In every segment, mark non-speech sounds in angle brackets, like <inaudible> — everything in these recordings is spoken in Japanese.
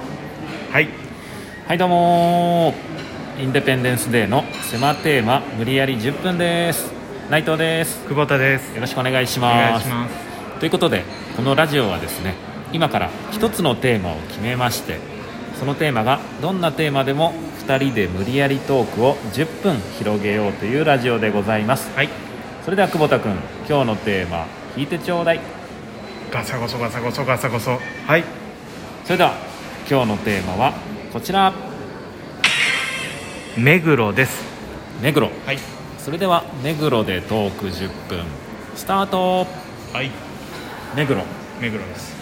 はいはいどうもーインデペンデンスデーの狭テーマ無理やり10分です内藤です久保田ですよろしくお願いしお願まいすしますということでこのラジオはですね今から一つのテーマを決めましてそのテーマがどんなテーマでも2人で無理やりトークを10分広げようというラジオでございますはいそれでは久保田君今日のテーマ聞いてちょうだいガサゴソガサゴソガサゴソはいそれでは今日のテーマはこちら目黒です目黒はいそれでは目黒でトーク10分スタートはい目黒目黒です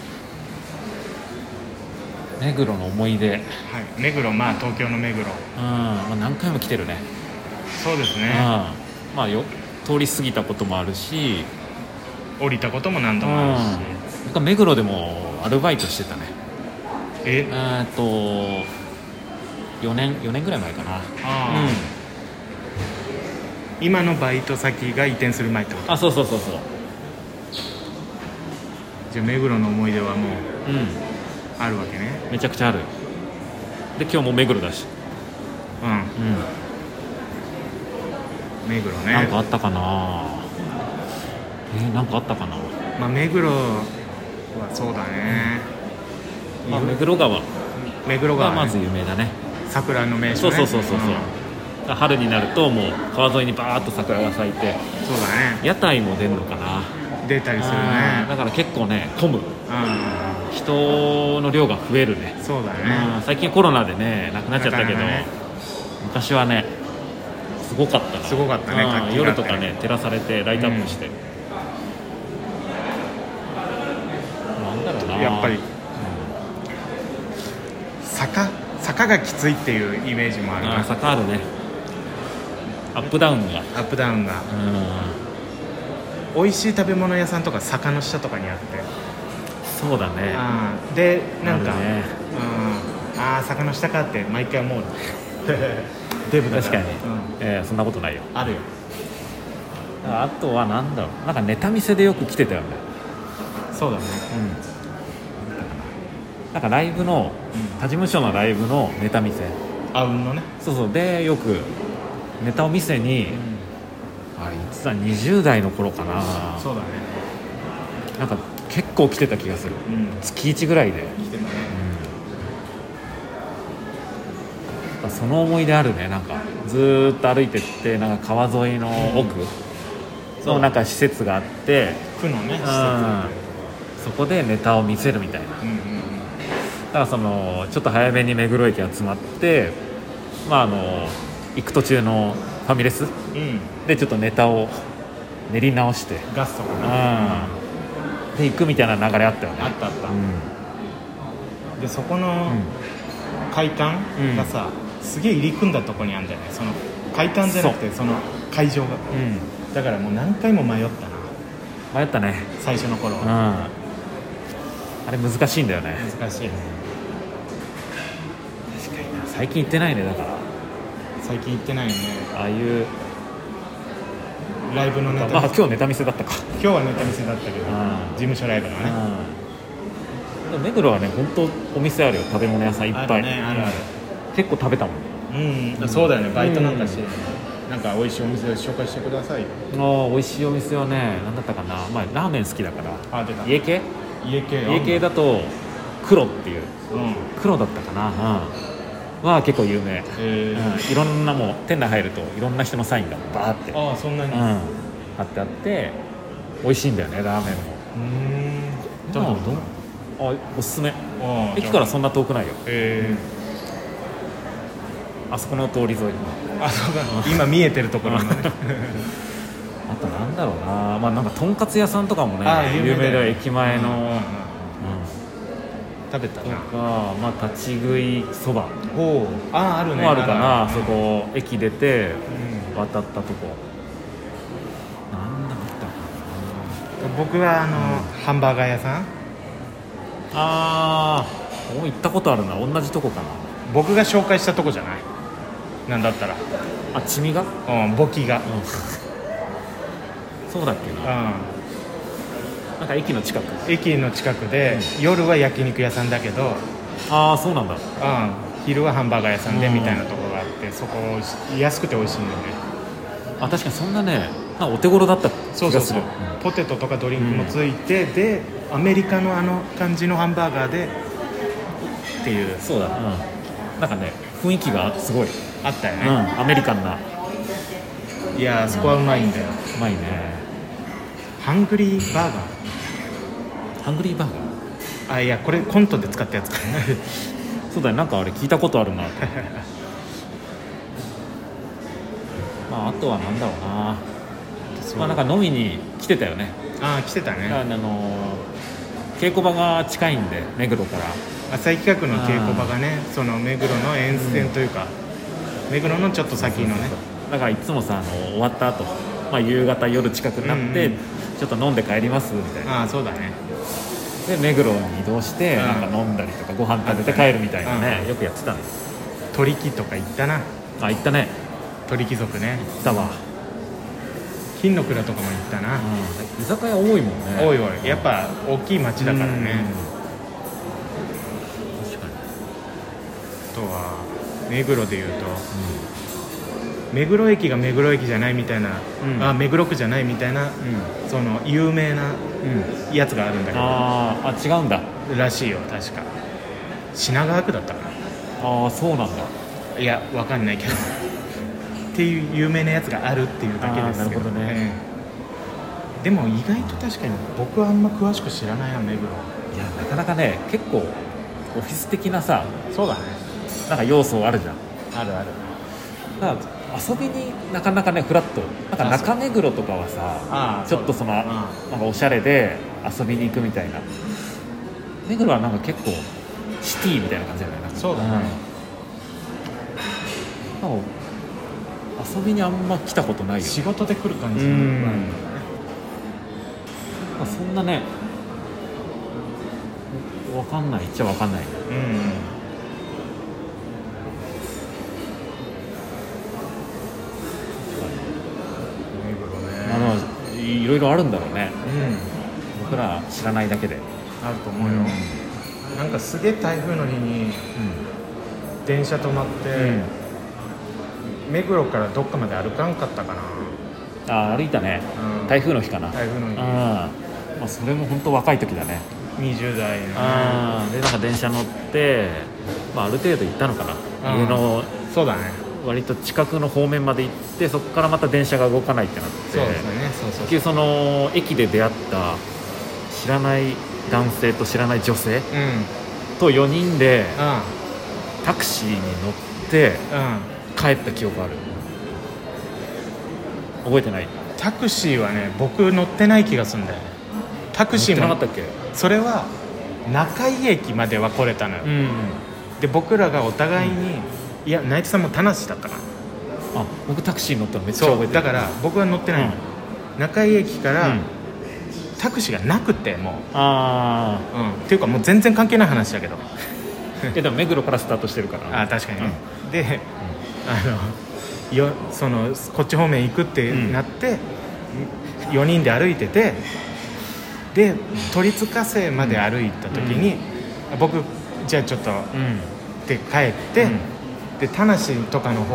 目黒の思い出うはん、い目黒まあ東京の目黒まあ、何回も来てるねそうですうんねまあよ通り過ぎたこともあるし降りたことも何う度んもあるしなんか目黒でもアルバイトしてたねええーっと4年4年ぐらい前かなあうん今のバイト先が移転する前ってことあそうそうそうそうじゃあ目黒の思い出はもううあるわけねんめちゃくちゃあるで今日も目黒だしううんん目黒なんねかあったかなえー、なんかあったかな、まあ目黒はそうだね、まあ、目黒川目黒が川、まねず有名だね桜の名所、そね、うそうそうそうそうんだから春になるともう川沿いにバーッと桜が咲いてそうだね屋台も出るのかな出たりするあーだねから結構ね混むう人の量が増えるねんそうだうねん最近コロナでねなくなっちゃったけどなかなかね昔はねすごかったなすごかったねうん活気があ夜ってとかね照らされてライトアップして、なんだろうなやっぱり坂坂がきついっていうイメージもあるあなー坂あるねアップダウンがアップダウンがうん美味しい食べ物屋さんとか坂の下とかにあってそうだねあーでなんか、あるねうん、ああ坂の下かって毎回 <laughs> 思うデブだ確かからうに、んえーそんなことないよあるよあとはなんだろうなんかネタ見せでよく来てたよねそうだねうんなんかライブのうん他事務所のライブのネタ見せあうんのね、そうそうでよくネタを見せにあれいつだ20代の頃かなそうだねなんか結構来てた気がするうん月1ぐらいで、来てたねうん、その思い出あるねなんかずーっと歩いてってなんか川沿いの奥のなんか施設があって区のね施設そこでネタを見せるみたいなだうんうんからそのちょっと早めに目黒駅集まってまああの行く途中のファミレスうんうんでちょっとネタを練り直してガストかうなあんで行くみたいな流れあったよねったあった、うでそこのん、うん階段がさ、すげえ入り組んだとこにあるんだよねその階段じゃなくてその会場がうん、だからもう何回も迷ったな迷ったね最初の頃うんあれ難しいんだよね難しいね確かにな最近行ってないねだから最近行ってないよねああいうライブのネタ見せまあ今日ネタ見せだったか今日はネタ見せだったけどうん事務所ライブのねうんでも目黒はね本当お店あるよ食べ物屋さんいっぱいあるねあるある結構食べたもんうん、そうだよねバイトなんかして、なんか美味しいお店紹介してくださいよああ美味しいお店はね何だったかな、まあ、ラーメン好きだからあ出た家系家系家系だと黒っていううん黒だったかな、うん、は結構有名、えうん、いろんなもう店内入るといろんな人のサインがバーって、うん、ああそんなにう貼ってあって美味しいんだよねラーメンもんじゃあうんあおすすめああ駅からじゃそんな遠くないよあえあそこの通り沿いのー、あそうだ <laughs> 今見えてるところのねあとなんだろうなまあなんかとんかつ屋さんとかもねあ有名有名だだよよ駅前うんうんうのんう食べたんなとかまあ立ち食いそばおうあああるねもあるかなあるそこ駅出てうん渡ったとこなんだったか僕はあの、ハンバーガー屋さんなあーここ行ったことあるな同じとこか僕が紹介したとこじゃないなんだったら、なあチミがうん、簿記がそうだっけなうなんか駅の近くん駅の近くで、夜は焼肉屋さんだけどああそうなんだうん、昼はハンバーガー屋さんでうんみたいなところがあってそこ安くて美味しいんでねあ確かにそんなねなんかお手頃だった気がすそるうそうそう、んポテトとかドリンクもついて、でアメリカのあの感じのハンバーガーでっていうそうだ、うん、なんかね雰囲気がすごい、あったようね、ん、アメリカンないやーそこはうまいんだようまいねハングリーバーガハングリーバーガーーあいやこれコントで使ったやつかそうだねなんかあれ聞いたことあ <laughs> るなとまああとはなんだろうなまあなんか飲みに来てたよね、 <laughs> ああ来てたねあのー稽古場が近いんで目黒から浅井企画の稽古場がねその目黒の沿線というか、目黒のちょっと先のねだからいつもさあの終わった後、まあ夕方夜近くなって、うんうんちょっと飲んで帰りますみたいなああそうだねで目黒に移動して、うんなんか飲んだりとかご飯食べて帰るみたいなね、うんよくやってたんです鳥木とか行ったなあ行ったね鳥貴族ね行ったわ、金の蔵とかも行ったな、うん、居酒屋多いもんねおいおいやっぱ大きい町だからね、うん確かに、あとは目黒でいうと目黒駅が目黒駅じゃないみたいな、うんあ目黒区じゃないみたいなうんその有名なうんやつがあるんだけあーあ違うんだどらしいよ確か品川区だったかああそうなんだないやわかんないけ <laughs> どっていう有名なやつがあるっていうだけですけどあーなるほどねええでも意外と確かに僕はあんま詳しく知らないな目黒いやなかなかね結構オフィス的なさそうだねなんか要素あるじゃんあるあるだから遊びになかなかねフラットなんか中目黒とかはあさあちょっとそのそうだねなんかおしゃれで遊びに行くみたいな目黒はなんか結構シティみたいな感じじゃないなんかそうだねうんなんか遊びにあんま来たことないよ仕事で来る感じうのんなんかそんなねわかんないっちゃわかんないうん目黒あねのいろいろあるんだろうねうん僕ら知らないだけであると思うよ、なんかすげえ台風の日に電車止まって、うん、うん目黒からどっかまで歩かんかったかな、あー歩いたねうん台風の日かな台風のうん日まあ、それも本当若い時だね20代のねうんでなんか電車乗って、まあ、ある程度行ったのかなうん家のそうだね割と近くの方面まで行ってそこからまた電車が動かないってなってそうですね、そうそう結局その駅で出会った知らない男性と知らない女性うんうんと4人でうタクシーに乗ってん帰った記憶ある覚えてないタクシーはね僕乗ってない気がするんだよねタクシー乗っもてなかったっけそれは中井駅までは来れたのよ、んで僕らがお互いに、いや内藤さんも田無だったかなあ僕タクシー乗ったのめっちゃそ覚えうてだるから僕は乗ってないの、中井駅から、うんタクシーがなくてもあう、うん、っていうかもう全然関係ない話だけどあ <laughs> でも目黒からスタートしてるからあー確かにね、であのよそのこっち方面行くってなって、4人で歩いててで都立火星まで歩いた時に、僕じゃあちょっとっうん、て帰って、うんで田無とかの方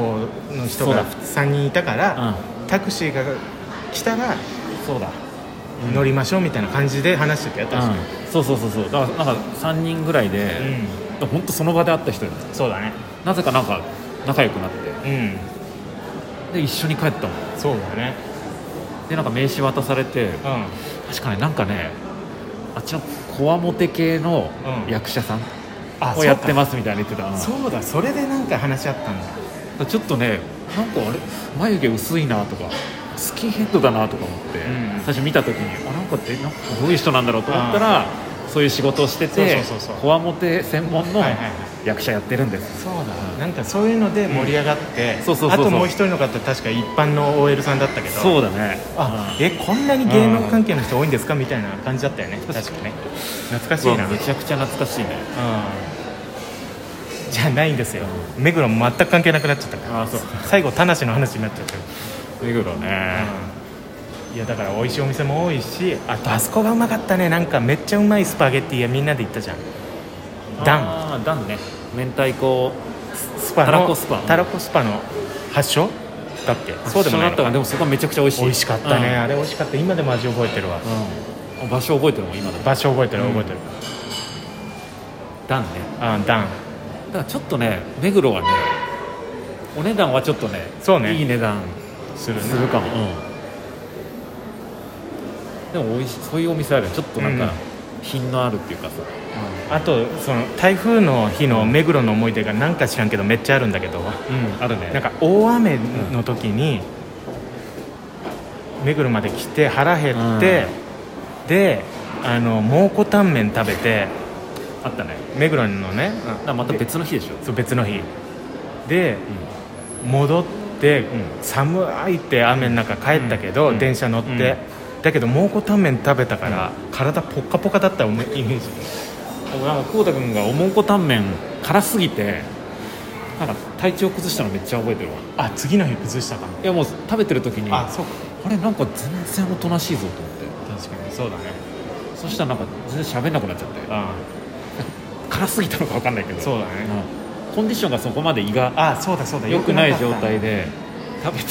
の人がそうだ3人いたから、タクシーが来たらそうだ、乗りましょうみたいな感じで話しててやったんですよ、そうそうそうそうだからなんか3人ぐらいで、本当その場で会った人にうんそうだねなぜかなんか仲良くなってうんで一緒に帰ったもんそうだねでなんか名刺渡されてうん確かになんかねあっちのこわもて系のうん役者さんあをやってすますみたいに言ってたうんそうだそれでなんか話し合ったんだちょっとねなんかあれ眉毛薄いなとかスキンヘッドだなとか思って、うん最初見た時にあなんかでなんかどういう人なんだろうと思ったらそういう仕事をしててそうそうそうそうこわもて専門のはいはいはい役者やってるんです、そうだなんかそういうので盛り上がって、んそうそうそうそうあともう一人の方確か一般の OL さんだったけどそううだねあえこんなに芸能関係の人多いんですかみたいな感じだったよね確かね懐かしいな、ううわんめちゃくちゃ懐かしいねじゃないんですよ目黒も全く関係なくなっちゃったからあそう最後田無の話になっちゃったよ、目黒ねいやだから美味しいお店も多いしあとあそこがうまかったねなんかめっちゃうまいスパゲッティやみんなで行ったじゃんダンあーダンね明太子スパのたらこスパたらこスパの発祥だっけそうでもないだっのたかがでもそこはめちゃくちゃ美味しい美味しかったね、あれ美味しかった今でも味覚えてるわうん、うん場所覚えてるもん今だと場所覚えてるうん覚えてる、ダンねあダンだからちょっとね目黒はねお値段はちょっとねそうねいい値段するねするかも、でも美味しいそういうお店あるよちょっとなんか、うん品のあるっていうかさ、あとその台風の日の目黒の思い出がなんか知らんけどめっちゃあるんだけどうん、あるねなんか大雨の時に目黒まで来て腹減って、であの蒙古タンメン食べてあったね目黒のねだからまた別の日でしょ、そう別の日でう戻って、寒いって雨の中帰ったけど、うん電車乗って、だけど蒙古タンメン食べたから、体ポッカポカだったイメージん、でもなんか久保田君がおもんこタンメン辛すぎてなんか体調崩したのめっちゃ覚えてるわあ次の日崩したかも、いやもう食べてる時にああそうかれなんか全然おとなしいぞと思っ確かにそうだねてそしたらなんか全然喋んなくなっちゃってあ辛すぎたのか分かんないけどそうだねんコンディションがそこまで胃があそうだそうだ良くない状で態で食べて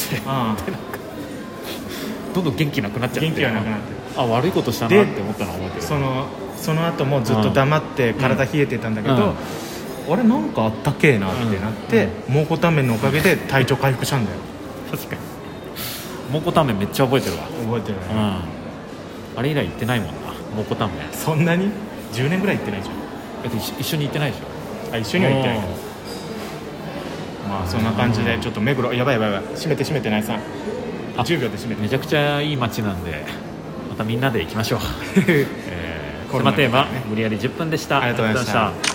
どんどん元気なくなっちゃって元気がなくなってるあ悪いことしたなって思ったのは覚えてるそのその後もずっと黙って体冷えてたんだけど、うんうんあれなんかあったけえなってなって、蒙古タンメンのおかげで体調回復したんだよ確かに蒙古タンメンめっちゃ覚えてるわ覚えてるね、うんあれ以来行ってないもんな蒙古タンメンそんなに10年ぐらい行ってないじだって一緒一緒に行ってないでしょゃんあ一緒には行ってないけどうんまあそんな感じでちょっと目黒やばいやばいやばい閉めて閉めてないさんあ10秒で閉めめてちゃくちゃいい街なんで <laughs> またみんなで行きましょう、えー、コロナテーマだからね無理やり10分でしたありがとうございましたありがとうございました